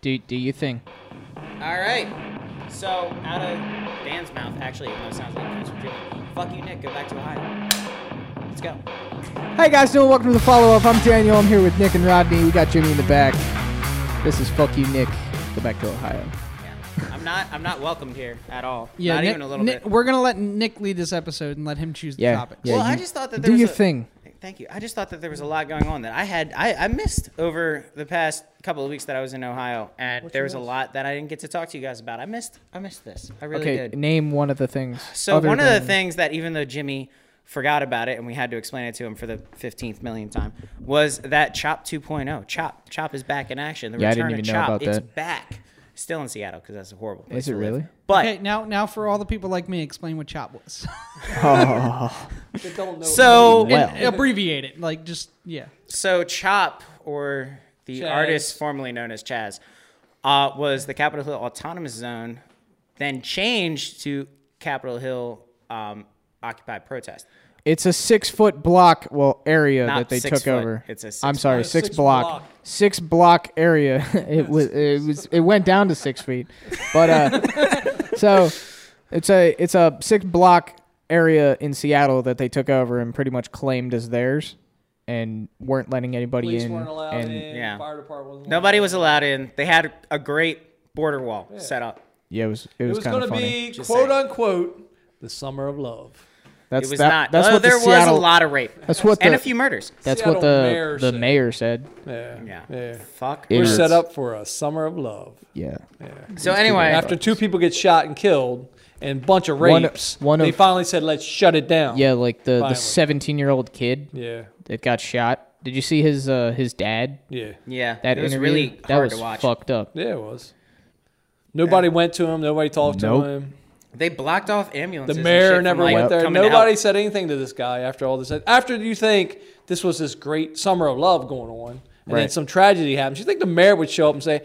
Do do your thing. All right. So out of Dan's mouth, actually, even though it sounds like that's what you're- Fuck you, Nick. Go back to Ohio. Let's go. Hey guys, doing welcome to the follow up. I'm Daniel. I'm here with Nick and Rodney. We got Jimmy in the back. This is fuck you, Nick. Go back to Ohio. Yeah. I'm not. I'm not welcomed here at all. Yeah, Not Nick, even a little Nick- bit. We're gonna let Nick lead this episode and let him choose the Yeah, topics. yeah. well, I you- just thought that there Do was your a- thing. Thank you. I just thought that there was a lot going on that I had I, I missed over the past couple of weeks that I was in Ohio, and there was a lot that I didn't get to talk to you guys about. I missed I missed this. I really Okay, did. name one of the things. So other one of the than- things that even though Jimmy forgot about it and we had to explain it to him for the 15th millionth time was that Chop 2.0. Chop Chop is back in action. The Yeah, I return didn't even know of Chop. about it's that. back. Still in Seattle because that's a horrible. Place it to live. really? But Okay, now now for all the people like me, explain what chop was. so And abbreviate it, like just yeah. So Chop, or the Chaz. artist formerly known as Chaz, uh, was the Capitol Hill Autonomous Zone, then changed to Capitol Hill um, Occupy Protest. It's a six foot block, well, area Not that they six took foot. over. It's a six I'm sorry, block. six, Six block. block. six block area. it was, it was, it went down to six feet, but uh, so it's a, it's a six block area in Seattle that they took over and pretty much claimed as theirs, and weren't letting anybody Police in. weren't allowed and in. Yeah. Fire department wasn't Nobody was allowed in. They had a great border wall set up. yeah, it was, it It was, was kind going of to funny. be Just quote saying. unquote the summer of love. that's it was that- not. That's oh, what the there was Seattle, a lot of rape That's what and the- a few murders. That's what Seattle the mayor the said. mayor said. Yeah. Yeah. yeah. Fuck. It We're is. set up for a summer of love. Yeah. So anyway, After two people get shot and killed and bunch of One- rapes, one they of- finally said, let's shut it down. Yeah, like the the Violent. 17 year old kid Yeah. that got shot. Did you see his uh, his dad? Yeah. yeah, That it was interview really that hard was to watch. fucked up. Yeah, it was. Nobody went to him. Nobody talked Nope. to him. They blocked off The ambulances. and shit mayor from, never like, went there. coming out. Nobody said anything to this guy after all this. After you think this was this great summer of love going on, and then Right. some tragedy happens, you think the mayor would show up and say,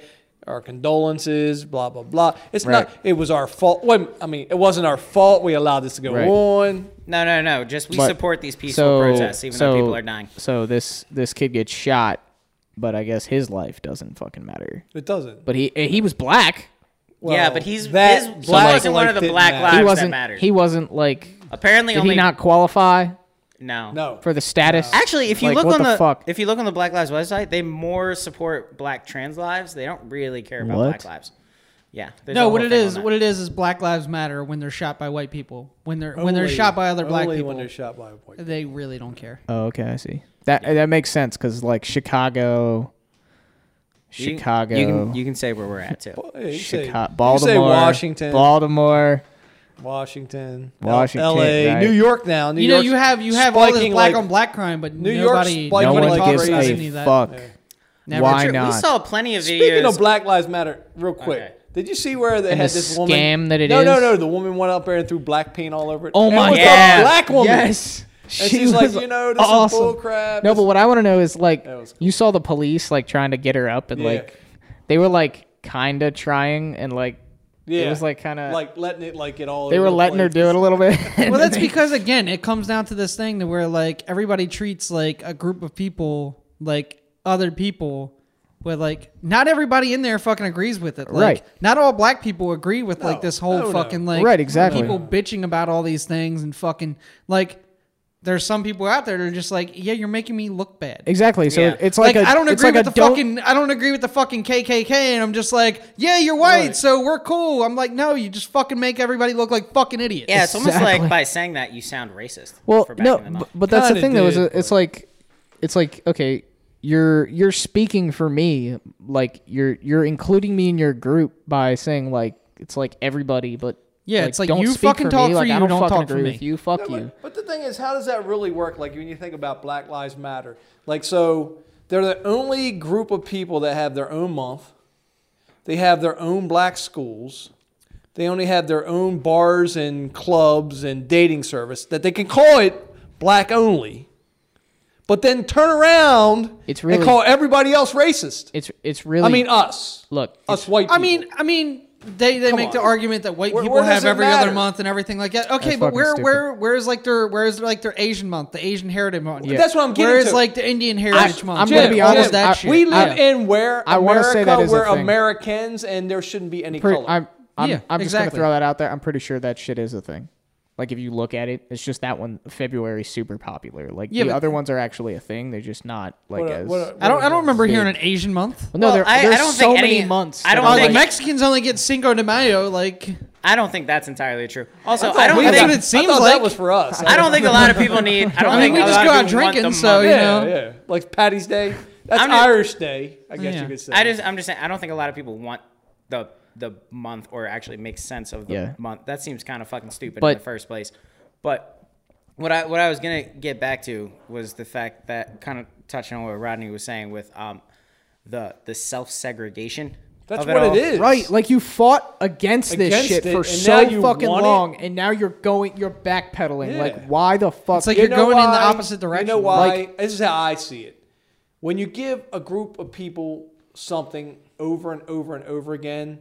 "Our condolences, blah blah blah." It's Right. not. It was our fault. Wait, I mean, it wasn't our fault. We allowed this to go Right. on. No, no, no. Just we But- support these peaceful So protests, even so- though people are dying. So this this kid gets shot, but I guess his life doesn't fucking matter. It doesn't. But he eh, he was black. yeah, Well, but he's that his black black wasn't one life of the didn't black matter. lives He He that wasn't mattered. he wasn't like Apparently did only he not qualify no no. for the status? Actually, if you Like, look what on the the, fuck? if you look on the Black Lives website, they more support black trans lives. They don't really care about What? black lives. Yeah. there's a No, whole what it thing on is, that. what it is, is Black Lives Matter when they're shot by white people. When they're when they're Only- shot by other black only people, when they're shot by a white. people. they really don't care. Oh, okay, I see. That that makes sense cuz like Chicago You can- Chicago You can you can say where we're at too. Hey, you say- Chicago, you Baltimore, say Washington, Baltimore, Washington, Washington, L.A., right. New York. Now, New you know, York's you have you have all this spiking black like- on black crime, but New York's nobody spiking no Like, one like gives crazy. any a of that. fuck. Yeah. Never. Why Sure, We not? saw plenty of videos. Speaking of Black Lives Matter, real quick, Okay. did you see where they And had the this woman? scam that it no, No, is? no, The woman went up there and threw black paint all over it. Oh And my it was a Yeah. black woman. Yes. And She she's like, was you know, this awesome. is bullcrap. No, but what I want to know is like That was cool. you saw the police like trying to get her up and Yeah. like they were like kind of trying and like yeah. it was like kind of like like letting it like get all. they over were the letting her place. do it a little bit. Well, that's because again, it comes down to this thing to where like everybody treats like a group of people like other people. With like, not everybody in there fucking agrees with it. Like, Right. Not all black people agree with like No, this whole no, no. fucking like Right, exactly. people bitching about all these things and fucking like. There's some people out there that are just like, yeah, you're making me look bad. exactly. So Yeah. it's Like, like, I I don't it's agree like with a the don't- fucking I don't agree with the fucking KKK, and I'm just like, yeah, you're white, Right. so we're cool. I'm like, no, you just fucking make everybody look like fucking idiots. yeah, it's almost Exactly. like by saying that you sound racist. Well, for backing no, them up. but, but that's the Kinda thing though. Is did, it- it's like, it's like okay, you're you're speaking for me, like you're you're including me in your group by saying like it's like everybody, but Yeah, it's like, you speak fucking for talk me, for like, you, I don't, don't fucking talk for agree me. with you. Fuck No, you. But, but the thing is, how does that really work? Like when you think about Black Lives Matter, like so they're the only group of people that have their own month. They have their own black schools. They only have their own bars and clubs and dating service that they can call it black only. But then turn around It's and really- call everybody else racist. uh, It's it's really. I mean us. look, us white people. I mean, I mean, they they Come make the on. argument that white Where- people where does have it every matter? other month and everything like that. Okay, That's but fucking where stupid. where where's like their where's like their Asian month, the Asian Heritage month? Yeah. That's what I'm getting Where's to. like the Indian Heritage I'm month? I'm gonna Where- be all of honest, that I- shit. We live Yeah. in where I wanna America, say that is a we're thing. Americans, and there shouldn't be any Pretty, color. I'm, I'm, Yeah, I'm just exactly. gonna throw that out there. I'm pretty sure that shit is a thing. Like if you look at it, it's just that one February's super popular. Like Yeah, the but- other ones are actually a thing. They're just not like What a- as. what a- I don't I don't remember Big. hearing an Asian month. Well, no, Well, there, I- I there's don't so think many any- months. I that don't are Oh, the think- like- Mexicans only get Cinco de Mayo. Like I don't think that's entirely true. Also, thought I don't we think that's got- what it I seems thought like. that was for us. I don't think a lot of people need. I don't I mean, think we a just lot go of out people want the drinking, so money. you Yeah, know. yeah. Like Patty's Day. That's I'm just- Irish Day, I guess Yeah. you could say. I just, I'm just saying, I don't think a lot of people want the the month or actually make sense of the Yeah. month. That seems kind of fucking stupid in But- the first place. But what I what I was gonna get back to was the fact that kind of touching on what Rodney was saying with um the the self segregation. That's what it is. Right, like you fought against this Against shit it, for and so now you fucking want it? long, and now you're going, you're backpedaling. Yeah. Like, why the fuck? It's like You you're know going in the why? opposite direction. You know why? Like- this is how I see it. When you give a group of people something over and over and over again,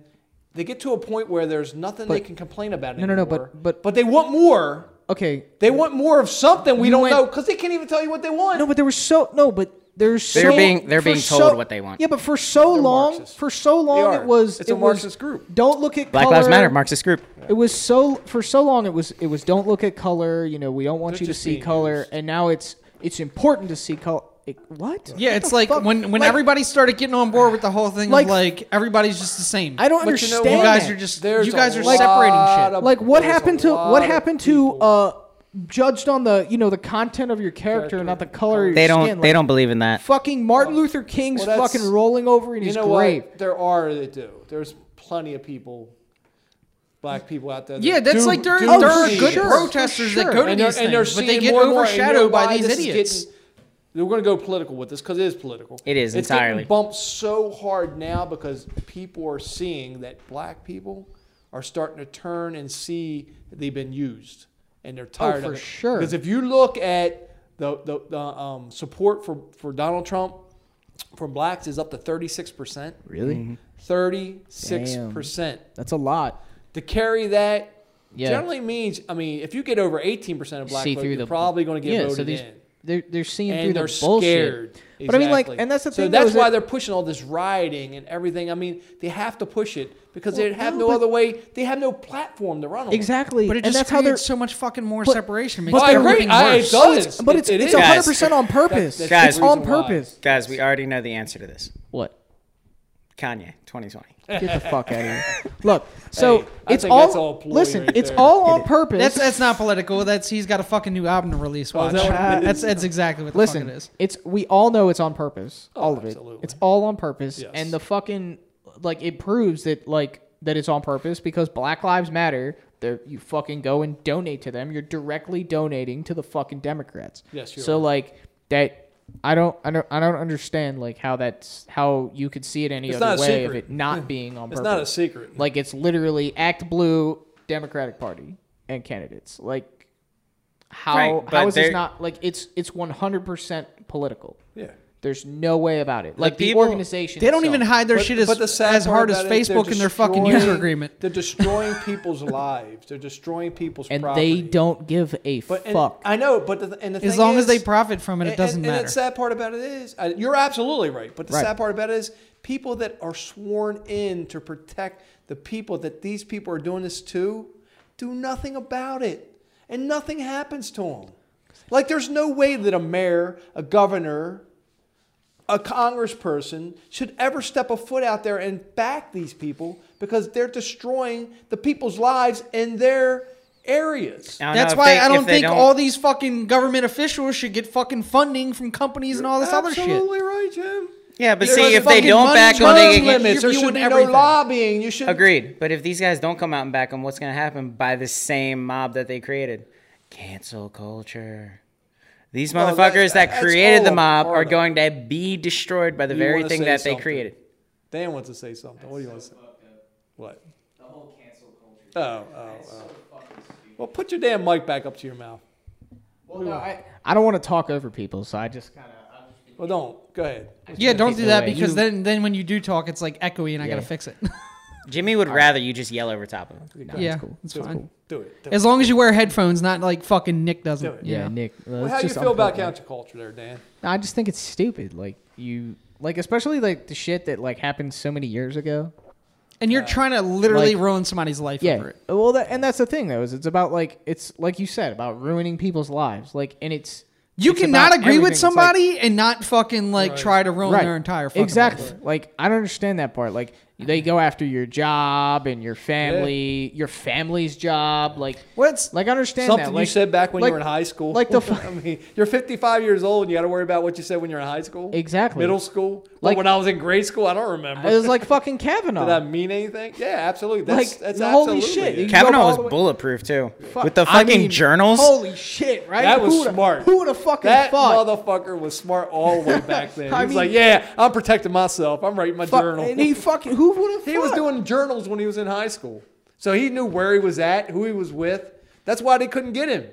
they get to a point where there's nothing they can complain about no, anymore. no, but- but- they want more. okay, They want more of something we You don't went- know because they can't even tell you what they want. No, but there was so no, but there's They're so, being- they're for being so- told what they want. Yeah, but for so They're long, Marxists. for so long They are. it was It's a it was, Marxist group. Don't look at Black color. Lives Matter, Marxist group. It was so for so long it was it was don't look at color. You know, we don't want They're you to just see being color, used. and now it's it's important to see color. what? Yeah, What it's the like fuck? when when everybody started getting on board with the whole thing Like- of like everybody's just the same. I don't But you know understand. what? You guys that. are just There's you guys a are lot separating shit. of- like what There's a happened to lot what of happened to people. uh judged on the you know the content of your character, Character. not the color. Of They your don't Skin. they Like, don't believe in that. Fucking Martin Luther King's Well, that's- fucking rolling over in you his know grave. what? There are that do. There's plenty of people, black people out there. that Yeah, that's do- like there, do there are see good it. protesters that sure. go to and these they're, and they're things, but seeing they get more and more, and you know overshadowed by why these this is idiots. Getting, we're going to go political with this because it is political. It is, It's entirely. Getting bumped so hard now because people are seeing that black people are starting to turn and see that they've been used and Oh, they're tired for of it. sure. Because if you look at the the, the um, support for for Donald Trump from blacks is up to thirty six percent. Really? Thirty six percent Mm-hmm. That's a lot. to carry that Yeah. generally means I mean if you get over 18% of black See vote, through you're the- probably going to get yeah, voted so these in. they're they're seeing through And the they're bullshit. scared. But I mean, like, Exactly. and that's the so thing. that's though, is why that- they're pushing all this rioting and everything. I mean, they have to push it because they have no, no but- other way. They have no platform to run on. exactly. But it and just that's how they're. creates so much fucking more But- separation. but Makes Well, I agree. everything I, it worse. does. but It- it's it it's is. Guys. 100 percent on purpose. That- that's it's the on reason why. purpose. Guys, we already know the answer to this. What? Kanye, 2020. Get the fuck out of here. Look, so Hey, I it's think all. that's all ploy listen, right it's there. all on purpose. That's that's not political. That's he's got a fucking new album to release. Watch. Oh, is that what that's that's exactly what the listen, fuck it is. it's we all know it's on purpose. Oh, all of it. absolutely. It's all on purpose. Yes. And the fucking like it proves that like that it's on purpose because Black Lives Matter. There you fucking go and donate to them. You're directly donating to the fucking Democrats. Yes, you So are. like that. I don't, I don't, I don't understand like how that's how you could see it any It's other not a way of secret. it not being on It's purpose. not a secret. Like it's literally Act Blue, Democratic Party, and candidates. Like how Right, but how is this they're- not like it's it's one hundred percent political. yeah. There's no way about it. Like people- the organization, They don't itself. even hide their But- shit but the as, sad as part hard as about it is they're Facebook in their fucking destroying- user agreement. They're destroying people's lives. They're destroying people's and they property. don't give a But and fuck. I know, but the, th- and the As thing long as is- they profit from it, it And- doesn't and, matter. And the sad part about it is, I, you're absolutely right. But the Right. sad part about it is, people that are sworn in to protect the people that these people are doing this to, do nothing about it, and nothing happens to them. Like there's no way that a mayor, a governor, a congressperson should ever step a foot out there and back these people because they're destroying the people's lives in their areas. I don't know That's if why they- I if don't they think all these fucking government officials should get fucking funding from companies and all this other shit. Absolutely right, Jim. Yeah, but Because see, if they fucking don't money back Well, them, they they term get- limits. There you should and be no everything. lobbying. You should Agreed. But if these guys don't come out and back them, what's going to happen by the same mob that they created? Cancel culture. These Well, that- motherfuckers that, that's created all the a mob part are of it. going to be destroyed by the You very wanna thing say that they something. created. Dan wants to say something. What do you want to say? What? The whole cancel culture. Oh, oh, oh. Fucking stupid. Well, put your damn mic back up to your mouth. I, I don't want to talk over people, so I just kind of. Well, don't. Go ahead. Yeah, don't do either that way. because You- then then when you do talk, it's like echoey and I gotta fix it. Jimmy would rather you just yell over top of him. yeah, cool. it's That's fine. cool. Do it. Do it. As long as you wear headphones, not like fucking Nick Do doesn't. it. Yeah, Yeah. Nick. uh, Well, it's how do you just feel about unfortunate. counterculture there, Dan? I just think it's stupid. Like you, like especially like the shit that like happened so many years ago. And you're trying to literally Like- ruin somebody's life Yeah. over it. Well, that, and that's the thing though is it's about like it's like you said about ruining people's lives. Like and it's You it's cannot about agree everything. with It's like- somebody and not fucking like Right. try to ruin Right. their entire fucking exactly. life. Like I don't understand that part. Like they go after your job and your family, your family's job. Like What's like I understand Something that. you Like, said back when like- you were in high school. like the fu- I mean, you're 55 years old and you got to worry about what you said when you're in high school. Exactly. Middle school. Like, Like- when I was in grade school, I don't remember. It was like fucking Kavanaugh. Did I mean anything? Yeah, absolutely. That's, Like, that's holy absolutely shit. it. You go all Kavanaugh the way- was bulletproof too, Fuck, with the I fucking mean, journals. Holy shit! Right? That was Who'da- smart. Who would have fucking That thought? motherfucker was smart all the way back then. He I was mean- like, "Yeah, I'm protecting myself. I'm writing my Fuck, journal." And he fucking who would have? He was doing journals when he was in high school, so he knew where he was at, who he was with. That's why they couldn't get him.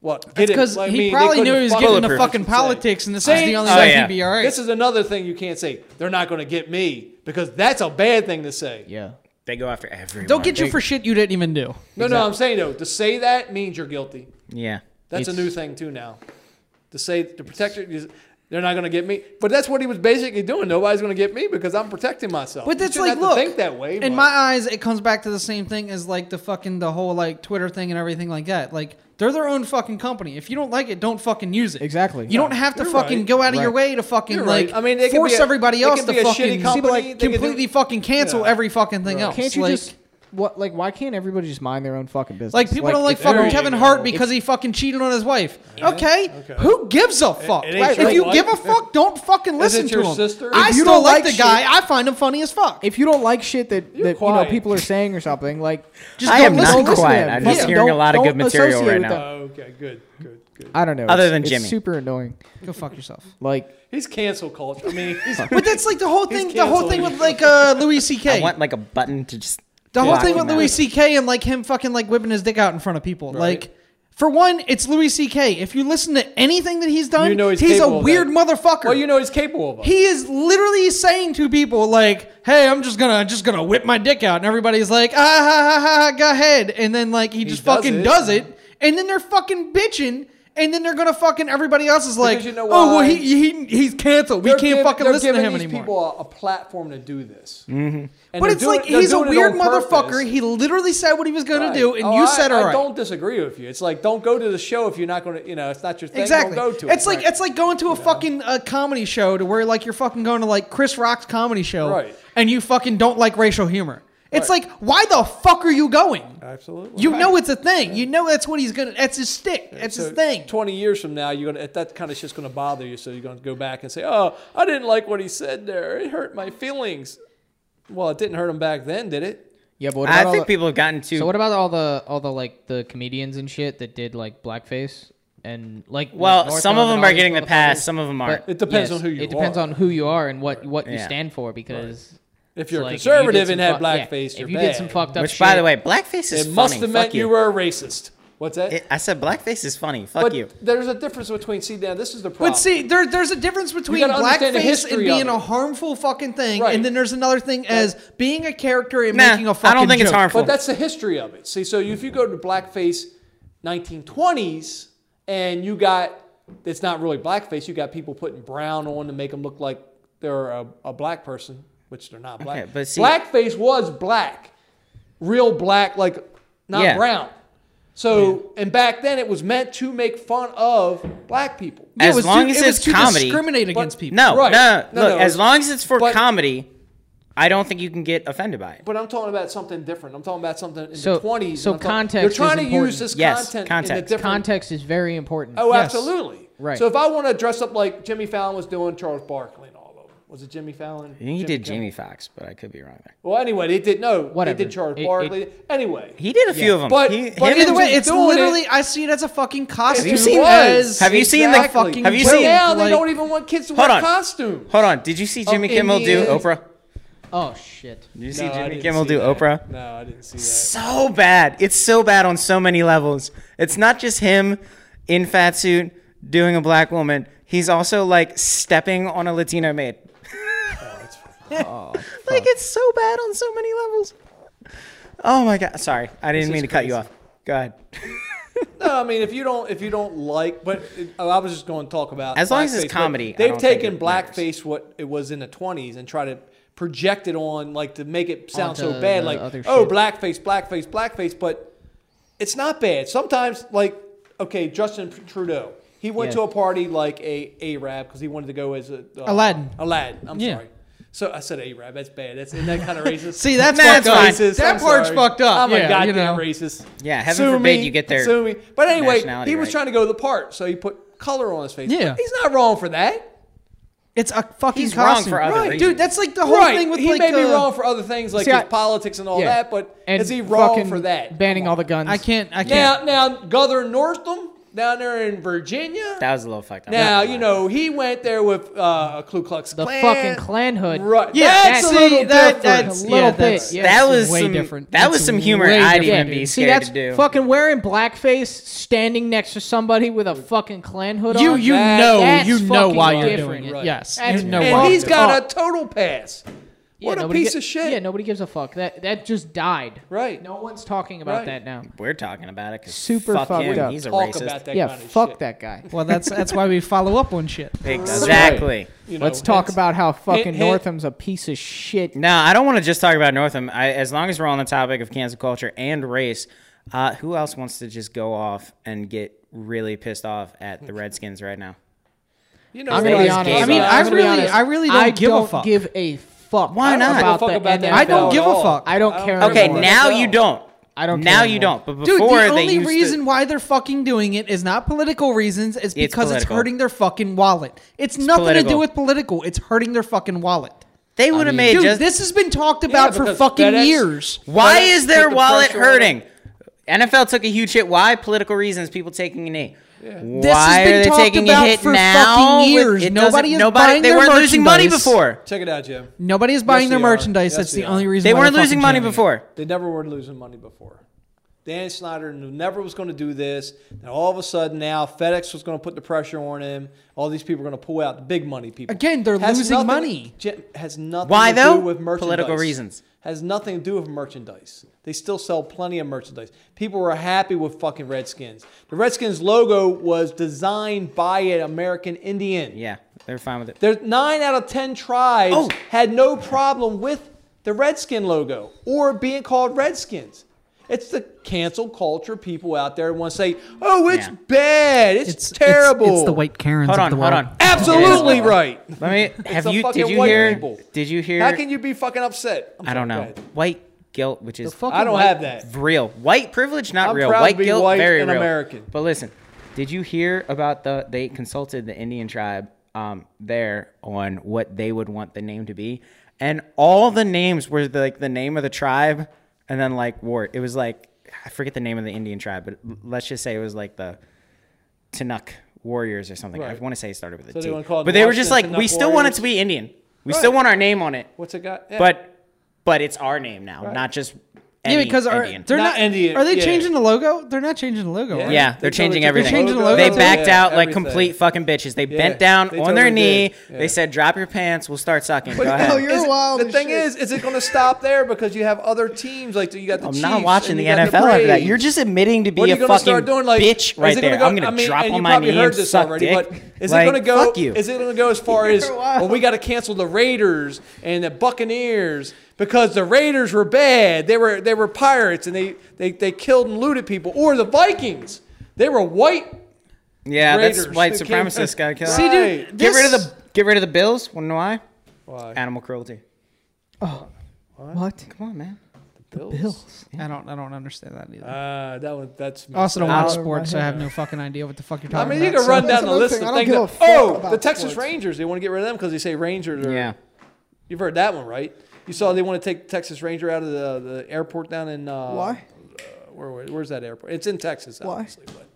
What? Get him? because Like, I he mean, they probably couldn't knew he was fuck- getting into Bulletproof. fucking Say. politics, and this is Say- the only Oh, way yeah. he'd be all right. This is another thing you can't say. They're not going to get me because that's a bad thing to say. Yeah. They go after everyone. They'll get you for shit you didn't even do. No, no, I'm saying though, to say that means you're guilty. Yeah. That's It's- a new thing too now. To say to protect your, they're not going to get me. But that's what he was basically doing. Nobody's going to get me because I'm protecting myself. But You that's like, shouldn't have to look, think that way. in but- my eyes, it comes back to the same thing as like the fucking the whole like Twitter thing and everything like that. Like they're their own fucking company. If you don't like it, don't fucking use it. Exactly. You don't have to You're fucking right. go out of your Right. way to fucking You're like right. I mean, they could force be a- everybody they else could to be a fucking shitty company. like, They could do- completely fucking cancel Yeah. every fucking thing else. Can't you like, just what? Like, why can't everybody just mind their own fucking business? like people don't like if fucking every- you Kevin go. Hart because he fucking cheated on his wife. Okay, Okay. who gives a fuck? it ain't Right. your If you wife. give a fuck, don't fucking listen your to him. sister? I If you still don't like like the shit- guy. I find him funny as fuck. If you don't like shit that, that you know quiet. people are saying or something, like Just I don't am listen not to him. quiet. them. I'm just Fucking hearing a don't- lot of don't good material associate right with now. them. Oh, okay, good, good, good. I don't know. Other it's- than it's Jimmy. super annoying. Go fuck yourself. Like He's cancel culture. I mean, he's, But that's like the whole He's thing. The whole thing canceled. with like uh, Louis I C.K. want like a button to just. The whole block thing him with out. Louis C.K. and like him fucking like whipping his dick out in front of people. Right. Like, for one, it's Louis C.K. If you listen to anything that he's done, You know he's a capable of weird that. motherfucker. well, you know, he's capable of it. he is literally saying to people like, "Hey, I'm just gonna just gonna whip my dick out," and everybody's like, "Ah ha ha ha, ha go ahead," and then like he, just does fucking it. does it, and then they're fucking bitching. And then they're gonna fucking everybody else is like, Because you know oh well, why? he, he he's canceled. We They're can't giv- fucking they're listen to giving him these anymore. people a, a platform to do this. Mm-hmm. But it's like he's a weird motherfucker. He literally said what he was going to do, and you said, Oh, I, "All I right." don't disagree with you. It's like don't go to the show if you're not going to. You know, it's not your thing. exactly. Don't go to it. it's like it's like going to a fucking uh, comedy show to where like you're fucking going to like Chris Rock's comedy show, Right. and you fucking don't like racial humor. It's Right. Uh, like why the fuck are you going? absolutely. You know it's a thing. You know that's what he's gonna. That's his stick. That's So his thing. Twenty years from now, you're gonna that kind of shit's gonna bother you. So you're gonna go back and say, "Oh, I didn't like what he said there. It hurt my feelings." Well, it didn't hurt him back then, did it? yeah, but what about I all think the- people have gotten too. So what about all the all the like the comedians and shit that did like blackface and like well, Northbound some of and them all are these getting the motherfuckers? pass. Some of them aren't. But It depends on who you It depends are. on who you are and what what you Yeah. stand for because If it's you're a like, if you did conservative some and had fu- yeah, blackface, you're if you bad. did some fucked up Which, shit, by the way, blackface is it must funny. have meant Fuck you. were a racist. What's that? It- I said blackface is funny. Fuck but you. there's a difference between see now this is the problem. But see, there, there's a difference between gotta understand the blackface and history of being it. a harmful fucking thing, Right. and then there's another thing as being a character and Nah, making a fucking. I don't think it's joke. harmful. But that's the history of it. See, so if you go to blackface 1920s and you got, it's not really blackface, you got people putting brown on to make them look like they're a, a black person, which they're not black. Okay, but see- blackface was black, real black, like not Yeah. brown. So, and back then it was meant to make fun of black people. Yeah, it as was long to, as it was it's to comedy. discriminate But- against people. No, Right. no, no, No, look, no, as long as it's for but- comedy, I don't think you can get offended by it. But I'm talking about something different. I'm talking about something in So- the 20s. so and I'm talking- context They're trying is to important. use this Yes, content in a context. different context is very important. Oh, Yes. absolutely. Right. So if I want to dress up like Jimmy Fallon was doing, Charles Barkley and all of them, was it Jimmy Fallon? I think he did Fallon? Jamie Foxx, but I could be wrong there. Well, anyway, they did no. Whatever. They did Charles It- it- Barkley. anyway, He did a few of them. But- he, but him Either and- way, He's it's doing literally. it. I see it as a fucking costume. Have you seen- as have you seen the- fucking? have you joke. but seen- now they Like, don't even want kids to Hold wear on. costumes. hold on. Did you oh, see Jimmy Kimmel do Indians. Oprah? Oh shit. Did you No, see I Jimmy didn't Kimmel see do that. Oprah? No, I didn't see that. So bad. It's so bad on so many levels. It's not just him in fat suit doing a black woman. He's also like stepping on a Latino maid. like it's so bad on so many levels. Oh my god! Sorry, I didn't is mean to cut you crazy. off. Go ahead. No, I mean if you don't if you don't like, but it, oh, I was just going to talk about As long as it's blackface, but comedy, I They've don't think taken it matters. blackface what it was in the twenties and try to project it on like to make it sound so Onto bad, the like other oh shit. blackface, blackface, blackface, but it's not bad. Sometimes like okay, Justin Trudeau. He went Yeah. to a party like a Arab because he wanted to go as a uh, Aladdin. Aladdin. I'm Yeah. sorry. So I said Arab. That's bad. That's isn't that kind of racist. See, that's Nah, fucked it's fine. up. Racist, That I'm part's sorry. Oh fucked up. I'm a yeah, goddamn you know. racist. Yeah, heaven forbid you get their Sue me. But anyway, nationality he was right. trying to go to the part, so he put color on his face. Yeah. he's not wrong for that. It's a fucking He's wrong costume. for other Right, reasons. dude. That's like the whole right, thing with he like. may be uh, wrong for other things like See, his I- politics and all yeah. that, but And is he wrong fucking for that? Banning Come all on. the guns. I can't. I can't. Now, now, Guther Northam down there in Virginia. That was a little fucked up. now you know he went there with uh, a Ku Klux The Klan. fucking clan hood. Right. Yeah, that's see, a little that- different. that's- A little yeah, bit, that's- yeah. that that's was way some, different. That was That's some humor way I'd different. even be See, scared that's to do. fucking wearing blackface, standing next to somebody with a fucking clan hood You on. you That- know that's you know fucking why you're different. doing it. Right. Yes, That's you know different. and why. he's you're got doing a total pass. Yeah, what a nobody piece gi- of shit. Yeah, nobody gives a fuck. That that just died. Right. No one's talking about Right. that now. We're talking about it because Super fuck fucked him. up. He's a Talk racist. about that yeah, kind of fuck shit. that guy. it. Well, that's that's why we follow up on shit. Exactly. You Let's know, talk it's- about how fucking hit- Northam's a piece of shit. No, I don't want to just talk about Northam. I, as long as we're on the topic of cancel culture and race, uh, who else wants to just go off and get really pissed off at the Redskins right now? You know, I'm gonna be Raise honest. gaze I mean, up. I I'm gonna be really, honest. I really don't I give a don't fuck. give Why not? I don't give a fuck about that. I NFL don't at give all. a fuck. I don't care. Okay, anymore. now No. you don't. I don't Now care you anymore. don't. But Dude, before the they only used to- reason why they're fucking doing it is not political reasons. It's because it's, political. hurting their fucking wallet. It's, nothing to do political. with political. It's hurting their fucking wallet. they would have made Dude, just this has been talked about for because fucking FedEx- years. Why Put- is put their the wallet pressure on hurting? NFL took a huge hit. Why? Political reasons. People taking a knee. Why This has been are they talked taking a about hit for now? fucking It years. doesn't- Nobody is buying They their weren't losing money merchandise. before. Check it out, Jim. Nobody is buying Yes, their they are. merchandise. Yes, That's they the are. only reason They why they're weren't losing fucking money doing it. before. They never were losing money before. Dan Snyder knew- never was going to do this. And all of a sudden now FedEx was going to put the pressure on him. All these people are going to pull out the big money people. Again, they're losing nothing- money. Jim, has nothing Why, to though? do with merchandise. Political reasons. Has nothing to do with merchandise. They still sell plenty of merchandise. People were happy with fucking Redskins. The Redskins logo was designed by an American Indian. Yeah, they're fine with it. There's nine out of ten tribes Oh. had no problem with the Redskin logo or being called Redskins. It's the cancel culture people out there want to say, "Oh, it's Yeah. bad, it's, terrible." It's, the white Karens Hold of on, the hold world. on. Absolutely right. Let me. Have the you? fucking Did you white hear? people. Did you hear? How can you be fucking upset? I'm I don't sorry, know. go ahead. White guilt, which is fuck- I don't Fucking have that. real. White privilege, not I'm real. proud to white be guilt, white very and real. American. But listen, did you hear about the? They consulted the Indian tribe um, there on what they would want the name to be, and all the names were the, like the name of the tribe, and then like war. It was like I forget the name of the Indian tribe, but l- let's just say it was like the Tanakh warriors or something. I Right. want to say it started with a So T. they wanna call it but they were just like, Washington we Tanakh still want it warriors? to be Indian. We still Right. want our name on it. What's it got? Yeah. But but it's our name now, not just any Yeah, because are, Indian. they're Not not, Indian, Are they yeah. changing the logo? They're not changing the logo. right? Yeah, They they're totally changing took everything. the They changed the logo. They logo. backed Yeah, out like everything. complete fucking bitches. They Yeah, bent down they on their totally knee. did. Yeah. They said, "Drop your pants. We'll start sucking." Go Now, ahead. you're is it- wild The as thing shit. is, is it going to stop there because you have other teams like you got the I'm Chiefs not watching and the you got NFL after that. Braves. You're just admitting to be What are a you gonna fucking start doing? Like, bitch is right it gonna there. go- I'm gonna I mean, drop and on you my probably knee heard and this suck already, dick. But is Like, it gonna go? Fuck you. Is it gonna go as far as well, we got to cancel the Raiders and the Buccaneers because the Raiders were bad. They were they were pirates and they they, they killed and looted people. Or the Vikings, they were white. yeah, Raiders that's white who came- supremacists got killed. See, dude, get rid of this- the get rid of the bills. Wanna know why? Why? Animal cruelty. What? Come on, man. Bills. I don't. I don't understand that either. Uh, that one that's I also don't messed out of watch up. my sports, so I head. have no fucking idea what the fuck you're I talking mean, about. you can so- run that's down the another list thing. of I don't things. give a fuck that- Oh, the about Texas sports. Rangers. They want to get rid of them because they say Rangers. Are, Yeah. You've heard that one, right? You saw they want to take Texas Ranger out of the, the airport down in. Uh, Why? uh, where, where- where's that airport? It's in Texas, Why? obviously. But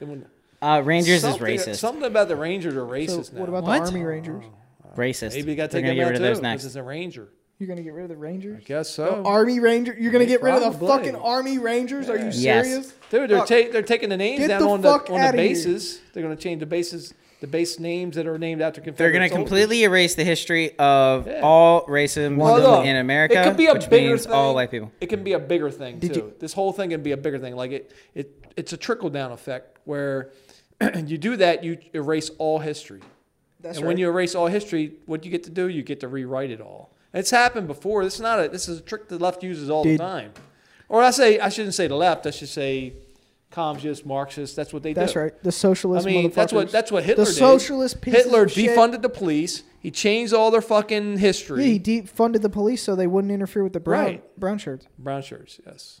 they want, Uh, Rangers is something- racist. Something about the Rangers are So racist now. what about What? the Army Rangers? racist. Maybe you got to They're take gonna them get out rid of too those because next. it's a Ranger. You're gonna get rid of the Rangers? Guess so. Army Ranger? You're gonna get rid of the Probably. fucking Army Rangers? Are you Yes. serious? Dude, they're, Fuck. ta- they're taking the names Get down the on the fuck on the outta here. bases. They're going to change the bases the base names that are named after Confederate. They're going to soldiers. completely erase the history of Yeah. all racism Hold up. in America, It could be a which bigger means thing. all white people. It can be a bigger thing Did too. you- this whole thing can be a bigger thing. Like it, it it's a trickle down effect where you do that, you erase all history. That's and when you erase all history, what you get to do, you get to rewrite it all. It's happened before. This is not a. This is a trick the left uses all Did- the time. Or I say I shouldn't say the left. I should say communist, Marxist. That's what they do. That's right. The socialist. I mean, that's what motherfuckers. that's what Hitler The did. socialist pieces Hitler of shit. defunded the police. He changed all their fucking history. Yeah, he defunded the police so they wouldn't interfere with the brown Right. brown shirts. Brown shirts, yes.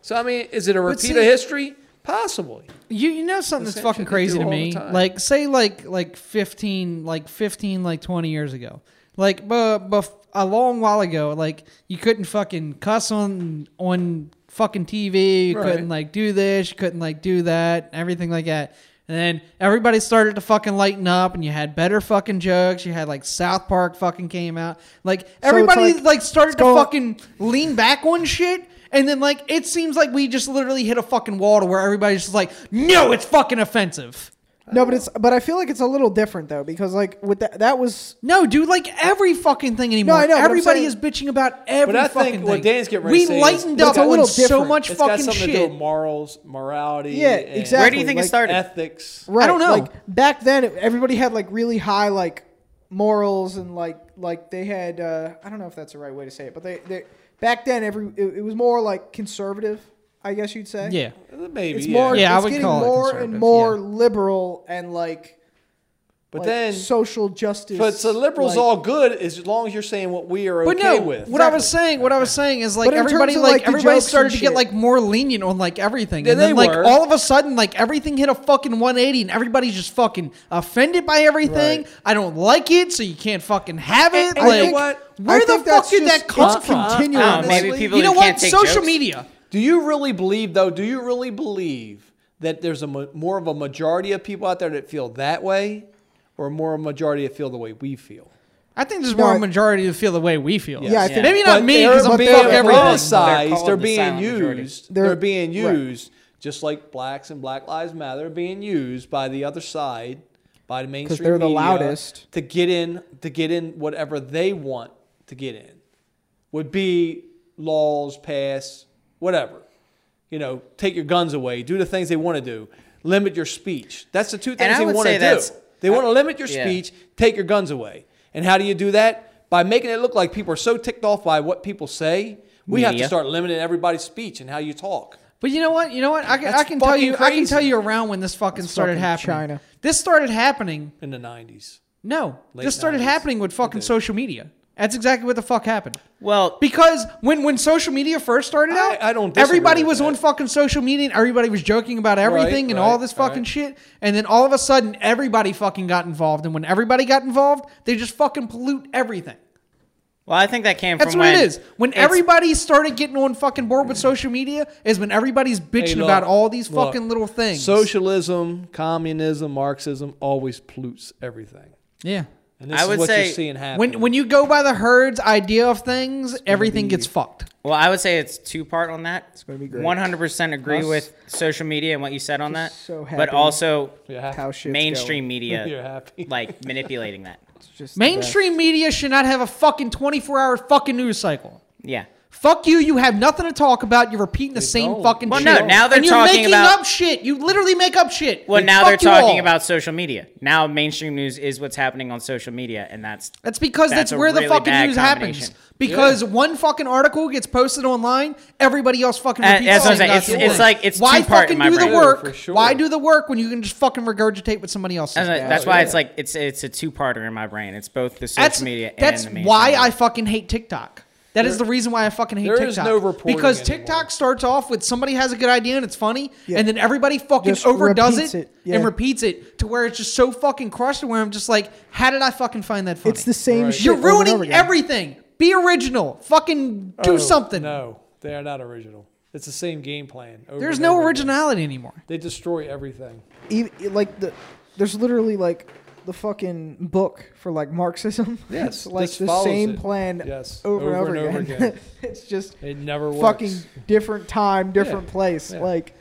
So I mean, is it a repeat see- of history? Possibly. You you know something The that's same fucking shit they crazy to do all the me. time. Like say like like fifteen like fifteen like twenty years ago. Like but but a long while ago, like you couldn't fucking cuss on on fucking TV. You Right. couldn't like do this. You couldn't like do that. Everything like that. And then everybody started to fucking lighten up, and you had better fucking jokes. You had like South Park fucking came out. Like everybody like, like, started to go- fucking lean back on shit. And then like it seems like we just literally hit a fucking wall to where everybody's just like, no, it's fucking offensive. No, but it's but I feel like it's a little different though because like with that that was No, dude, like every fucking thing anymore. I know, but I'm Everybody saying- is bitching about every I think fucking thing. what Dan's getting ready we to say is- lightened But up it's a little on so different. much It's got fucking something shit. to do with morals, morality. Yeah, and exactly. Where do you think Like, it started? Ethics. right. don't know. Like back then, it- everybody had like really high like morals and like like they had uh, I don't know if that's the right way to say it, but they, they back then every it, it was more like conservative, I guess you'd say. yeah, Uh, Maybe. It's yeah. more. Yeah, I it's would getting call it more and conservative, more yeah. liberal and like. But like, then, social justice. but so liberals like- all good as long as you're saying what we are okay but no, with. what I was saying, what I was saying is like But in terms everybody, of, like, like, the everybody jokes and started to get shit. like more lenient on like everything, Yeah, and then they like were. all of a sudden, like everything hit a fucking one eighty, and everybody's just fucking offended by everything. Right. I don't like it, so you can't fucking have it. and you like, know what? Where I the think fuck that's did just- that come it's from? continuing, Uh, maybe honestly. people you that know can't what? take Social jokes. media. Do you really believe, though? Do you really believe that there's a ma- more of a majority of people out there that feel that way, or more of a majority that feel the way we feel? I think there's No, more I- a majority to feel the way we feel. Yeah, I think- maybe not But me they're- because I'm but fuck they're everything. They're Politicized. called They're, the being silent majority. used. They're, They're- being right. used just like blacks and Black Lives Matter are being used by the other side, by the mainstream. they're the media loudest. to get in to get in whatever they want to get in. Would be laws pass whatever. You know, take your guns away, do the things they want to do, limit your speech. That's the two And things I they would want say to do. that's- They want to limit your Yeah. speech, take your guns away. And how do you do that? By making it look like people are so ticked off by what people say, we have to Media. start limiting everybody's speech and how you talk. But you know what? You know what? I can, I That's can tell fucking you. I can crazy. tell you around when this fucking started fucking happening. China. This started happening. In the 90s. No, Late this started 90s. happening with fucking social media. That's exactly what the fuck happened. Well, Because when, when social media first started I- out, I don't disagree everybody with was on that. fucking social media and everybody was joking about everything and right, all this fucking right. shit. And then all of a sudden, everybody fucking got involved. And when everybody got involved, they just fucking pollute everything. well, I think that came That's from what when it is. When it's- everybody started getting on fucking board with social media, is when everybody's bitching Hey, look, about all these look, fucking little things. Socialism, communism, Marxism always pollutes everything. yeah. And this I is would what say you're seeing happen. When when you go by the herd's idea of things, everything gets fucked. Well, I would say it's two part on that. It's gonna be great. 100% agree with social media and what you said on that, Just so but happy also Yeah. how shit's mainstream You're media happy. like manipulating that. going. It's just the Mainstream media should not have a fucking 24 hour fucking news cycle. Yeah. Fuck you, you have nothing to talk about. You're repeating the same don't. fucking Well, shit. no, now they're and you're talking making about- up shit. You literally make up shit. Well, Like, now fuck they're you all. talking about social media. Now mainstream news is what's happening on social media, and that's That's because that's, That's a where the really fucking bad news happens. combination. Because one fucking article gets posted online, everybody else fucking Uh, repeats that's the what I'm same saying. It's- goddamn it's thing. like- it's why two-part fucking in my do the brain. work? Yeah, for sure. Why do the work when you can just fucking regurgitate what somebody else that's, says? that's why yeah. it's like it's it's a two parter in my brain. It's both the social That's media. that's and the mainstream why media. I fucking hate TikTok. That is the reason why I fucking hate There TikTok. is no reporting because anymore. TikTok starts off with somebody has a good idea and it's funny, Yeah. and then everybody fucking Just overdoes it, repeats it, yeah. and repeats it to where it's just so fucking crushed to where I'm just like, how did I fucking find that funny? It's the same Right. shit. You're over and over ruining again. everything. Be original. Fucking do Oh, something. No, they are not original. It's the same game plan. over There's and no over again. originality anymore. They destroy everything. Even, like the, there's literally like the fucking book for like Marxism. It's Yes, like this the follows same it. plan Yes, over, and over, again. again. it's just It never works. fucking different time, different place. yeah. Like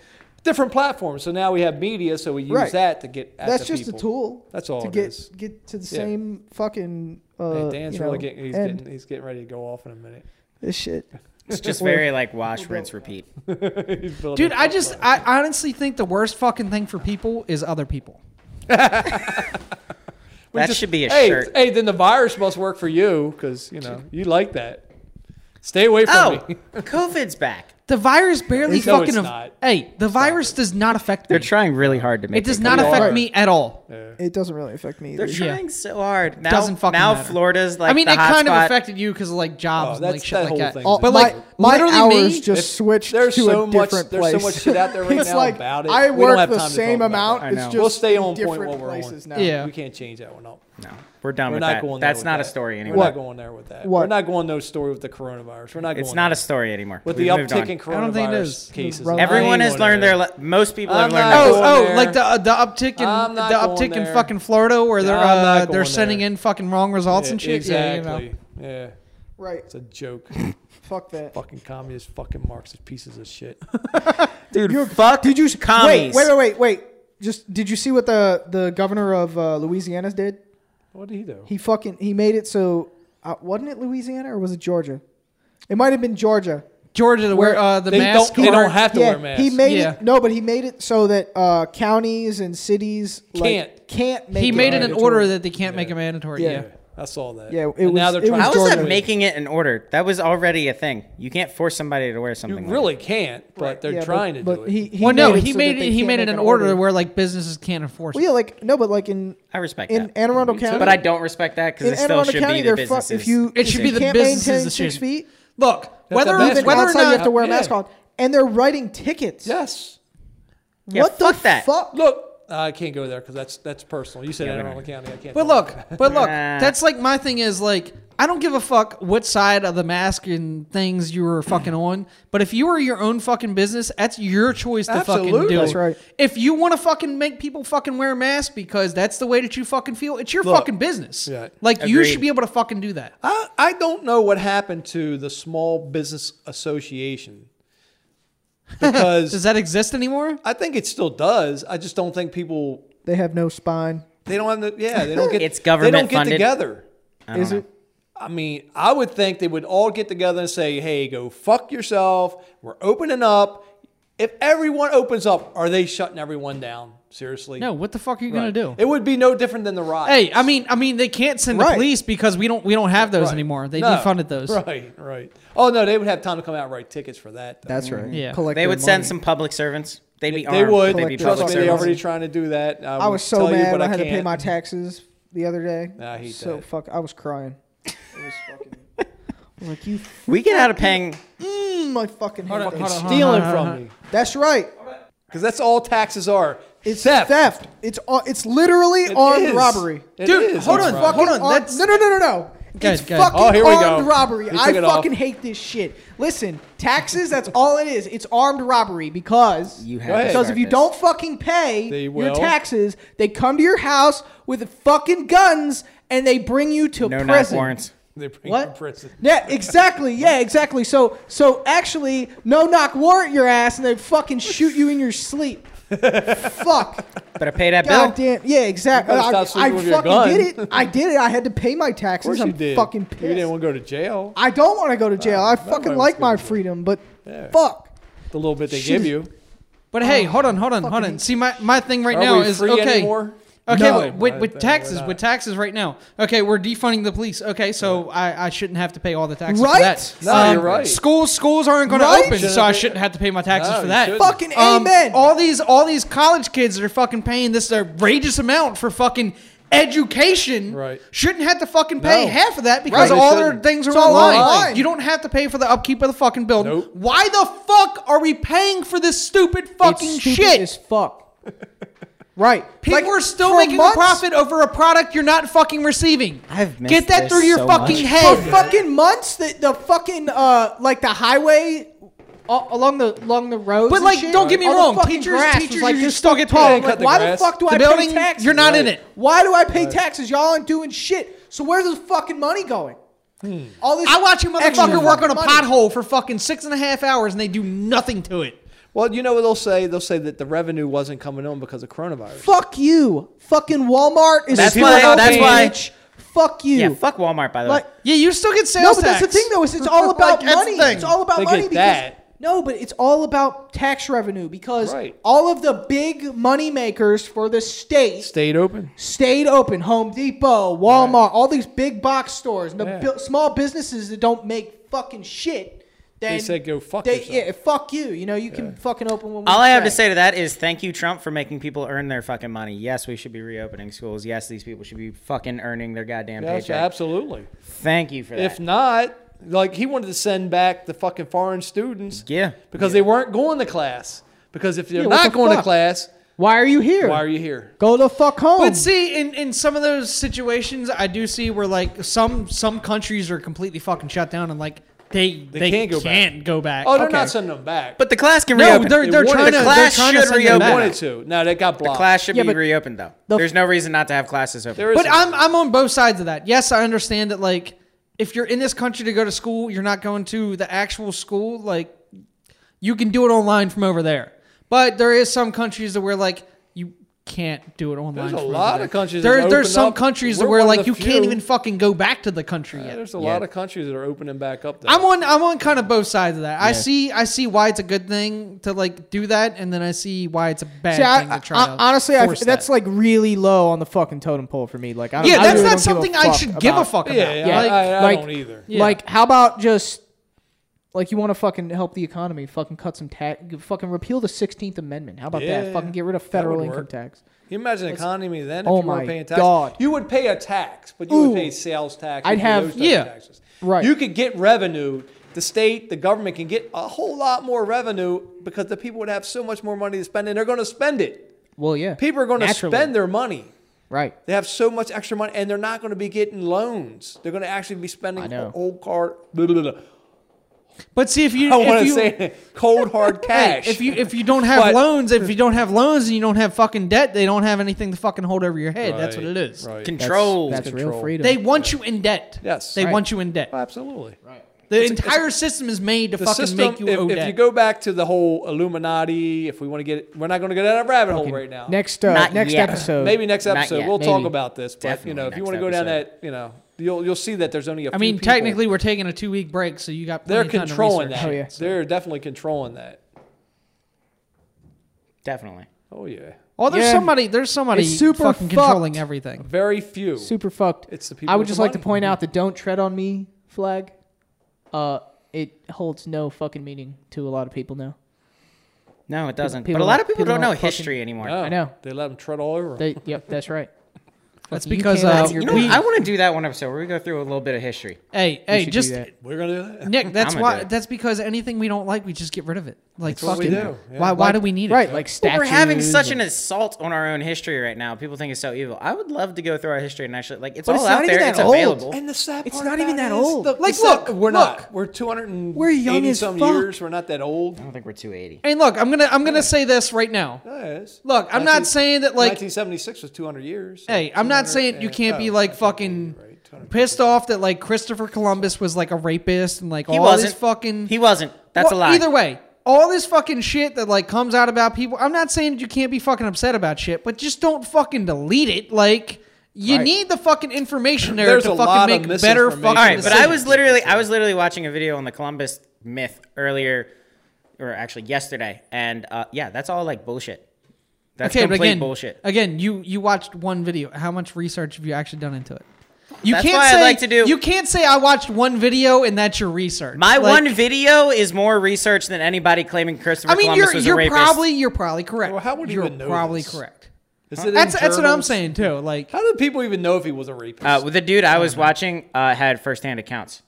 different platforms. So now we have media, so we use Right. that to get at That's the just people. a tool. That's all to it get is. get to the Yeah. same fucking. Uh, Hey, Dan's you know, really getting he's end. getting he's getting ready to go off in a minute. this shit. It's just We're- very like wash, rinse, repeat. He's building Dude, up I for just it. I honestly think the worst fucking thing for people is other people. We That just- should be a hey, shirt. Hey, then the virus must work for you because you know you like that. Stay away from Oh, me. COVID's back. The virus barely No, it's fucking. not. Hey, the virus does not affect me. They're trying really hard to make it does not They affect are. me at all. It doesn't really affect me. They're either. Yeah. trying so hard. Now, Doesn't fucking now matter. Florida's like I mean, the it kind hotspot. of affected you because of like jobs Oh, and that's- like shit that like whole that. thing's Oh, but my, like my literally hours me, just switched there's to so a much- different there's so place. much shit out there right it's now like about it. We I don't work have the time to same talk about amount. that. I It's know. just We'll stay on point different while we're on. places now. Yeah. We can't change that one up. no, we're done We're with not that. going. there That's with not a that. story anymore. We're not going there with that. We're What? not going no story with the coronavirus. We're not. it's going not there. a story anymore. with We've the moved uptick on. in I don't think it coronavirus is. cases. Run- I ain't Everyone going has in learned there. their. Le- most people I'm have learned. not their going lesson. Oh, there. oh, like the uh, the uptick in I'm the not going uptick in there. fucking Florida where they're I'm not uh, they're going sending there. in fucking wrong results Yeah, and shit. Yeah, you Exactly. know. Yeah. Right. It's a joke. Fuck that. fucking communist, fucking Marxist pieces of shit. dude, fuck. Did you Wait, commies? wait, wait, wait, wait. Just did you see what the the governor of uh, Louisiana did? What did he do? He fucking he made it so uh, wasn't it Louisiana or was it Georgia? It might have been Georgia. Georgia, the, Where- where uh, the they mask don't. They don't aren't- have to wear masks. he made Yeah. it. No, but he made it so that uh, counties and cities like, Can't. can't make. He it made it an mandatory. order that they can't make Yeah. it mandatory. Yeah. Yeah. I saw that. Yeah, it And now was- they're it trying was How to is Georgia. that making it an order? That was already a thing. You can't force somebody to wear You something. like really can't, but they're Yeah, but- trying to but do it. He, he Well, no, made it he so made that it. they He can't made it make an order, where like businesses can't enforce Well, it. yeah, like no, but like in that. I respect in that, Anne Arundel too. County, but I don't respect that because in it Anne still Arundel should County, be the they're fu- businesses. if you It should if be you the can't businesses maintain that six should- feet, Look, a whether mask even whether or outside you have to not wear a Yeah. mask on, and they're writing tickets. yes. Yeah, what the fuck that. fuck? Look, I can't go there because that's that's personal. You said Anne Arundel County. I can't. But talk look, about but look, Nah. that's like my thing is like I don't give a fuck what side of the mask and things you were fucking on, but if you were your own fucking business, that's your choice to fucking Absolutely. do. That's right. If you want to fucking make people fucking wear masks because that's the way that you fucking feel, it's your Look. fucking business. Yeah. Like you Agreed. should be able to fucking do that. I, I don't know what happened to the Small Business Association Does because that exist anymore? I think it still does. I just don't think people They have no spine. they don't have the, yeah they don't get It's they don't government get funded. together. I don't Is know. it? I mean, I would think they would all get together and say, "Hey, go fuck yourself. We're opening up." If everyone opens up, are they shutting everyone down? Seriously? No, what the fuck are you Right. gonna do? It would be no different than the riot. Hey, I mean, I mean, they can't send the Right. police because we don't, we don't have those Right. anymore. They No. defunded those. Right, right. Oh no, they would have time to come out and write tickets for that. though. That's right. Yeah. Collect They their would send money. some public servants. They'd be they armed. would. They'd be Collect Trust public me, jobs. they're servants. already trying to do that. I, I would was so tell you, mad but when I, had to pay can't. my taxes the other day. Nah, I hate so that. fuck, I was crying. It was fucking. I was like you, We get out of paying. mm, my fucking. hand Hold on, hold on, stealing hold on, from hold me That's right. because that's all taxes are. It's theft. theft. It's uh, it's literally It armed is. robbery. It Dude, is. hold It's on, robbery. fuck- Fucking on, armed- that's- no, no, no, no, no. Good, it's good. fucking Oh, here we go. armed robbery. We took I it off. fucking hate this shit. Listen, taxes. That's all it is. It's armed robbery because You have Go ahead. to because start if you this. don't fucking They pay will. your taxes, they come to your house with fucking guns and they bring you to no knock prison. warrants. They bring you to What? prison. Yeah, exactly. Yeah, exactly. So, so actually, no knock warrant your ass, and they fucking shoot you in your sleep. Fuck. But I pay that bill. God damn. Yeah, exactly. You better I, stop sleeping I with your fucking gun. did it. I did it. I had to pay my Of course taxes. you I'm did. fucking You didn't pissed. want to go to jail. I don't want to go to jail. I nobody fucking wants like to go my to jail. freedom, but Yeah. fuck. The little bit they Shit. give you. But hey, hold on, hold on, hold fucking on. hate- See, my, my thing right Are now we is free okay. anymore? Okay, No. with- with, I with think taxes, we're not. with taxes right now. Okay, we're defunding the police. Okay, so I, I shouldn't have to pay all the taxes for Right? that. Um, No, you're right. Schools schools aren't going Right? to open, so Shouldn't I be- shouldn't have to pay my taxes No, for you that. shouldn't. Fucking Um, amen. All these all these college kids that are fucking paying this outrageous amount for fucking education Right. shouldn't have to fucking pay No. half of that because Right. all They their shouldn't. things are all online. online. You don't have to pay for the upkeep of the fucking building. Nope. Why the fuck are we paying for this stupid fucking It's stupid shit? as fuck. Right. People Like, are still for making months- a profit over a product you're not fucking receiving. I've missed Get that this through your so fucking much. for head. fucking months that the fucking uh like the highway a- along the along the roads. But and like, shit, don't get me all the wrong, fucking teachers, grass was teachers, like you this still get fucking tall. tall. I'm Cut Like, the why the grass. fuck do The I building, pay taxes? you're not in it. Why do I pay taxes? Y'all aren't doing shit. So where's the fucking money going? All this Hmm. I watch you extra motherfucker work on a money. pothole for fucking six and a half hours and they do nothing to it. Well, you know what they'll say? They'll say that the revenue wasn't coming on because of coronavirus. Fuck you. Fucking Walmart is That's a why- fucking that's why- bitch. Fuck you. Yeah, fuck Walmart by the Like- way. Yeah, you still get no, sales but tax. that's the thing though. Is it's all Like, about that's the money. thing. It's all about They get money because that. no, but it's all about tax revenue because Right. all of the big money makers for the state Stayed open. stayed open. Home Depot, Walmart, all these big box stores, and the Yeah. bu- small businesses that don't make fucking shit. Then They said go fuck they, yourself. Yeah, fuck you. You know you can fucking open when we All I have to say. say to that is thank you, Trump, for making people earn their fucking money. Yes, we should be reopening schools. Yes, these people should be fucking earning their goddamn Yes, paycheck. absolutely. Thank you for that. If not, like he wanted to send back the fucking foreign students yeah. because they weren't going to class. Because if they're Yeah, what not the going to fuck? class, Why are you here? why are you here? Go the fuck home. But see, in, in some of those situations, I do see where like some some countries are completely fucking shut down and like they they, can't can't go go back. back. Oh, they're Okay. not sending them back. But the class can No, reopen. they're They they're wanted trying to- to the they're class trying to should send them reopen. they back. wanted to. No, that got blocked. class should Yeah, be but reopened though. the- There's no reason not to have classes open. There is But a- I'm I'm on both sides of that. Yes, I understand that like if you're in this country to go to school, you're not going to the actual school. Like you can do it online from over there. But there is some countries that where like you can't do it online. There's a from over lot there. of countries that There, opened there's some up. countries We're that where one of like the you can't few. even fucking go back to the country yet. There's a lot of countries that are opening back up. Though. I'm on I'm on kind of both sides of that. I see I see why it's a good thing to like do that, and then I see why it's a bad See, I- thing to try I- to honestly, I, force that's that. like really low on the fucking totem pole for me. Like, I don't, yeah, I that's really not don't give a something I fuck should give a about- fuck about. Yeah, yeah, Like- I, I like- don't either. Yeah. Like, how about just like you want to fucking help the economy? Fucking cut some tax. Fucking repeal the Sixteenth Amendment. How about Yeah, that? Fucking get rid of federal would income work. tax. Can you imagine the economy then if oh you were my paying tax? God. You would pay a tax, but you would Ooh. pay sales tax. I'd you'd pay have- those types of yeah. taxes. Right. You could get revenue. The state, the government can get a whole lot more revenue because the people would have so much more money to spend, and they're going to spend it. Well, yeah. People are going to Naturally. spend their money. Right. They have so much extra money, and they're not going to be getting loans. They're going to actually be spending I know. old card. Blah, blah, blah. But see if you I don't want if to you, say it. cold hard Hey, cash. if you if you don't have But- loans, if you don't have loans and you don't have fucking debt, they don't have anything to fucking hold over your head. That's what Right, it is. right. Control. That's real Control. freedom. They want you in debt. Yes. They Right. want you in debt. absolutely. The entire system is made to the fucking system. make you if, owe if debt. you go back to the whole Illuminati, if we want to get, we're not going to go down that rabbit hole right now. Next, uh, Not next yet. episode. maybe next Not episode yet. we'll talk Maybe. about this. But you Definitely know, if you next want to go down episode. that, you know, you'll you'll see that there's only a. I few mean, people- technically, we're taking a two week break, so you got they're plenty of time to controlling research. that. Oh, yeah. They're definitely controlling that. Definitely. Oh yeah, Oh, there's Yeah. somebody. There's somebody It's super fucking fucked. controlling everything. very few. super fucked. It's the people I would with the just like to money. point out the "Don't tread on me" flag. Uh, it holds no fucking meaning to a lot of people now. No, it doesn't. people but a lot don't- of people, people don't know don't fucking- history anymore. No, I know. they let them tread all over. 'em. They, yep, that's right. That's Fuck, you because can't uh, have your You know, we, what? I want to do that one episode where we go through a little bit of history. hey We hey should do just that. we're gonna do that. Nick. That's I'ma do why. it. That's because anything we don't like, we just get rid of it. Like what we fucking. do, yeah. Why why do we need it? Right, like But statues. we're having such an and- assault on our own history right now. People think it's so evil. I would love to go through our history and actually, like, it's But all it's out not even there. that It's old. available. And the sad It's part not about even that it is old. the- Like, the sad- look, we're look. not. We're 200. We're young as some fuck. years. We're not that old. I don't think we're 280. And look, I'm gonna I'm gonna say this right now. Yes. Look, I'm not saying that like 1976 was 200 years. so hey, I'm not 200 saying you and- can't oh, be like that's fucking right, 200. pissed off that like Christopher Columbus was like a rapist and like He all wasn't. this fucking He wasn't. That's Well, a lie. Either way, all this fucking shit that like comes out about people, I'm not saying that you can't be fucking upset about shit, but just don't fucking delete it. Like you need the fucking information there There's to a lot fucking of make better misinformation. fucking All right, but I decisions. was literally I was literally watching a video on the Columbus myth earlier, or actually yesterday, and uh, yeah, that's all like bullshit. That's okay, but complete again, bullshit. again, you you watched one video. How much research have you actually done into it? You That's can't why I say like to do- You can't say I watched one video and that's your research. My Like, one video is more research than anybody claiming Christopher I mean, Columbus you're was a you're rapist. probably you're probably correct. Well, how would you you're even know probably this? correct? Is it in That's that's what I'm journals? saying too. Like How did people even know if he was a rapist? uh, with the dude I was watching uh, had firsthand accounts.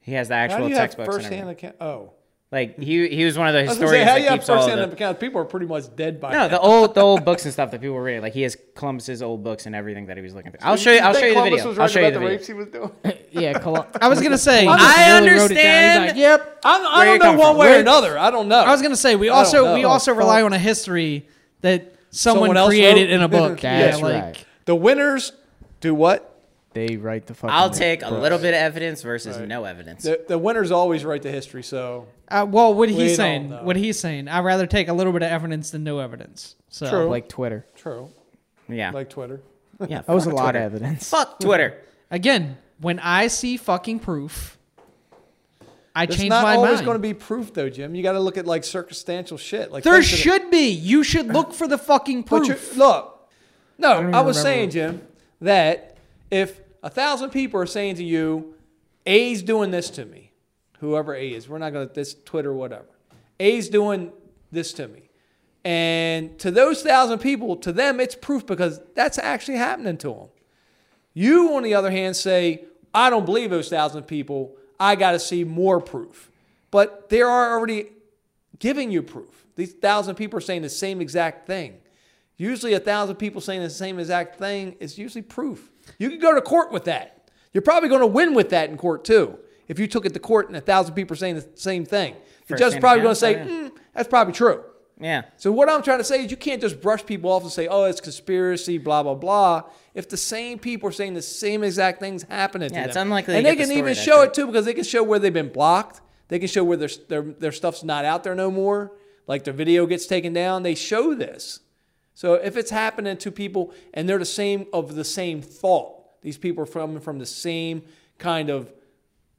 He has the Uh-huh. how actual do you have textbooks. and firsthand everything. account? Oh, like he he was one of the I was gonna say historians how do you that have keeps all firsthand the accounts? People are pretty much dead by no now. the old the old books and stuff that people were reading. Like he has Columbus's old books and everything that he was looking through. I'll show you. I'll show you think the Columbus video. was I'll right show you the about video. rapes he was doing. yeah, Col- I was gonna say, I really wrote it down. He's understand. like, yep. I'm, I Where you don't know come one from? way or Where- another. I don't know. I was gonna say we I don't also know. we also Oh, rely on a history that someone, Someone else created wrote? in a book. That's yeah, like right. the winners do what? They write the fucking. I'll take a books. little bit of evidence versus Right. no evidence. The, the winners always write the history, so Uh, well, what he's We don't saying, know. what he's saying, I'd rather take a little bit of evidence than no evidence. So True. Like Twitter. true. Yeah. Like Twitter. yeah. That was a fuck lot of Twitter. evidence. Fuck Twitter. again, when I see fucking proof, I There's change not my always mind. going to be proof, though, Jim. You got to look at like circumstantial shit. Like there things that- should be. You should look for the fucking But proof. you, look, no, I, even was remember. saying, Jim, that if a thousand people are saying to you, A's doing this to me, whoever A is, we're not going to, this Twitter, whatever, A's doing this to me. And to those thousand people, to them, it's proof because that's actually happening to them. You, on the other hand, say, I don't believe those thousand people. I got to see more proof. But they are already giving you proof. These thousand people are saying the same exact thing. Usually, a thousand people saying the same exact thing is usually proof. You can go to court with that. You're probably going to win with that in court too. If you took it to court and a thousand people are saying the same thing, the First judge is hand probably going to account, say, yeah. "Mm, "That's probably true." Yeah. So what I'm trying to say is you can't just brush people off and say, "Oh, it's conspiracy, blah blah blah." If the same people are saying the same exact things happening to Yeah, them, it's unlikely and they they get the can story even that show quick. it too because they can show where they've been blocked. They can show where their their their stuff's not out there no more. Like their video gets taken down, they show this. So if it's happening to people and they're the same of the same thought, these people are from from the same kind of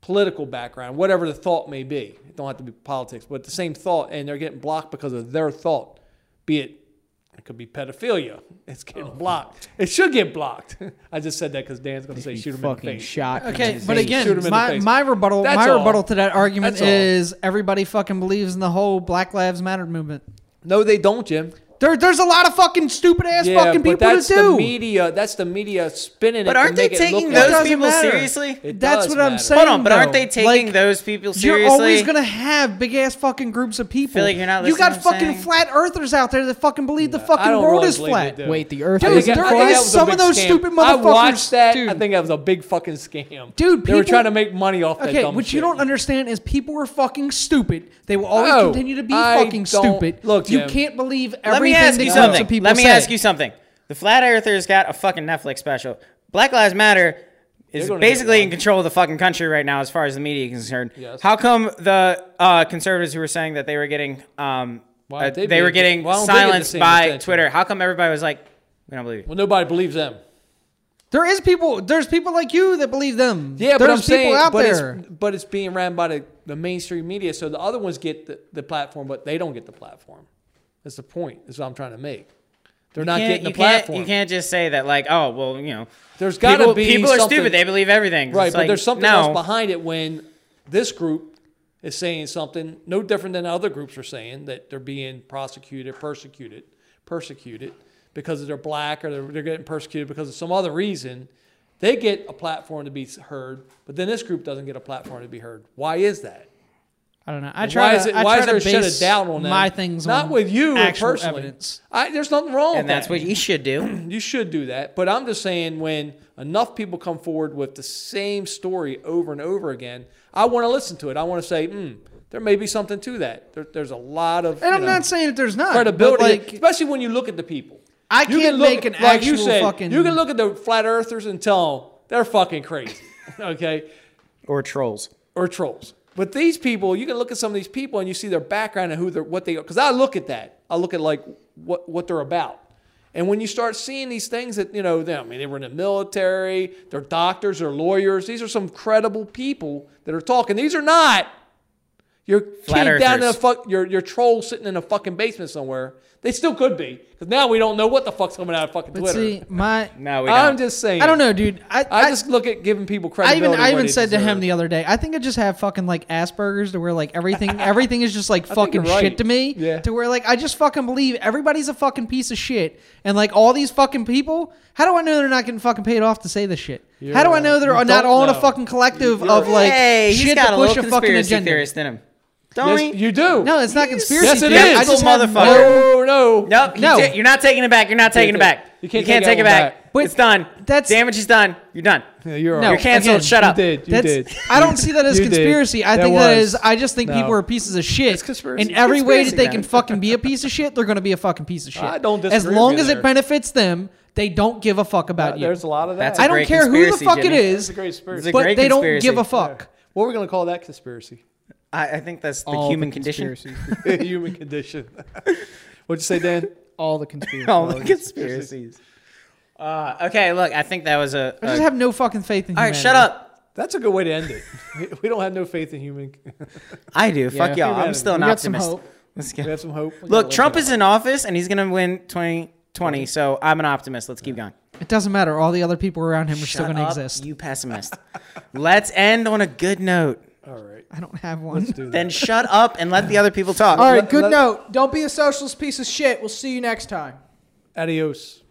political background, whatever the thought may be. It don't have to be politics, but the same thought, and they're getting blocked because of their thought. Be it, it could be pedophilia. It's Oh. getting blocked. It should get blocked. I just said that because Dan's going to say Be shoot him in the fucking face. shot. in Okay, his but face. Shoot 'em in again, the my, face. my rebuttal, That's my all. rebuttal to that argument That's all. is everybody fucking believes in the whole Black Lives Matter movement. No, they don't, Jim. There, there's a lot of fucking stupid ass Yeah, fucking but people that that's the do. media. That's the media spinning it. But to aren't they make it taking look It those like- doesn't people matter. seriously? It That's does what I'm matter. saying. Hold on, but aren't though. they taking Like, those people seriously? You're always gonna have big ass fucking groups of people. Feel like you're not you got listening to what I'm fucking saying? flat earthers out there that fucking believe the fucking I don't world really is believe flat. they do. Wait, the Earth Dude, They is there got- that is was a some big of those scam. stupid I motherfuckers, watched that. I dude. think that was a big fucking scam. Dude, they were people- trying to make money off that Okay, dumb what you shit. don't understand is people are fucking stupid. They will always No, continue to be Oh, I fucking don't- stupid. look, you Jim. can't believe everything Let me ask that you groups of something. people Let me say. ask you something. The flat earthers got a fucking Netflix special. Black Lives Matter is They're gonna basically get in control of the fucking country right now, as far as the media is concerned. Yes. How come the uh, conservatives who were saying that they were getting um, Why uh, they they, being- were getting why don't they get the silenced same by attention? Twitter? How come everybody was like, "We don't believe you"? Well, nobody believes them. There is people. There's people like you that believe them. there's Yeah, but I'm people saying, out but there. it's but it's being ran by the, the mainstream media, so the other ones get the, the platform, but they don't get the platform. That's the point. Is what I'm trying to make. They're not You can't- getting the you can't- platform. You can't just say that, like, "Oh, well, you know." There's gotta people, be people are something- stupid. They believe everything. right, It's but like, there's something no. else behind it when this group is saying something no different than other groups are saying that they're being prosecuted, persecuted, persecuted because they're black or they're, they're getting persecuted because of some other reason. They get a platform to be heard, but then this group doesn't get a platform to be heard. Why is that? I don't know. I try Why to. is it? I Why try is there to shut base a doubt on that? my things. Not on with you actual personally. Evidence. I, there's nothing wrong. And with that's that. what you should do. you should do that. But I'm just saying when enough people come forward with the same story over and over again, I want to listen to it. I want to say, hmm, there may be something to that. There, there's a lot of And I'm you know, not saying that there's not but, credibility, Like especially when you look at the people. I You can't look make an at- like you actual said, fucking. You can look at the flat earthers and tell them they're fucking crazy, okay, Or trolls. or trolls. But these people, you can look at some of these people and you see their background and who they're, what they are. Because I look at that, I look at like what what they're about. And when you start seeing these things that, you know, they, I mean, they were in the military, they're doctors, they're lawyers. These are some credible people that are talking. These are not your Flat kid down in a earthers. fuck, your, your troll sitting in a fucking basement somewhere. They still could be. Because now we don't know what the fuck's coming out of fucking but Twitter. see, my. No, we I'm don't. just saying. I don't know, dude. I, I, just look at giving people I credibility. even I where even they said to him deserve. the other day, I think I just have fucking like Asperger's to where like everything everything is just like fucking you're right. shit to me. Yeah. To where like I just fucking believe everybody's a fucking piece of shit. And like all these fucking people, how do I know they're not getting fucking paid off to say this shit? how do I right. know they're You not don't all in know. a fucking collective You're of like hey, he's shit got to a push little a, fucking conspiracy agenda? theorist in him. Don't Yes, he? you do. No, it's not conspiracy. yes, it theory. is. I just Little have motherfucker. no- Oh, no. No, you No. no. you're not taking it back. You're not taking it take- back. you can't take take it that one back. back. But it's done. that's- damage is done. You're done. Yeah, you're No, all You're canceled. again, Shut You up. did. You That's, did. I don't see that as You did. conspiracy. I That think that was. is. I just think No. people are pieces of shit. It's conspiracy. In every way that Conspiracy, they man. can fucking be a piece of shit, they're going to be a fucking piece of shit. I don't As disagree with long you as there. it benefits them, They don't give a fuck about Uh, you. there's a lot of that. That's a I don't great care who the conspiracy, fuck Jimmy. it is, That's a great conspiracy. It's a but great they don't conspiracy. give a fuck. what are we gonna call that conspiracy? I, I think that's the All human the condition. conspiracies. Human condition. What'd you say, Dan? All the conspiracies. All the conspiracies. Uh, okay, look, I think that was a. I just a- have no fucking faith in. all right, humanity. shut up. That's a good way to end it. We- We don't have no faith in human. I do. Fuck y'all. I'm We still an got some optimist. hope. Let's We go. have some hope. Look, Trump is in office and he's gonna win 2020. So I'm an optimist. Let's keep going. It doesn't matter. All the other people around him are still Shut going to up, exist. You pessimist. Let's end on a good note. All right. I don't have one. do that. Then shut up and let the other people talk. All right, good let- note. Don't be a socialist piece of shit. We'll see you next time. Adios.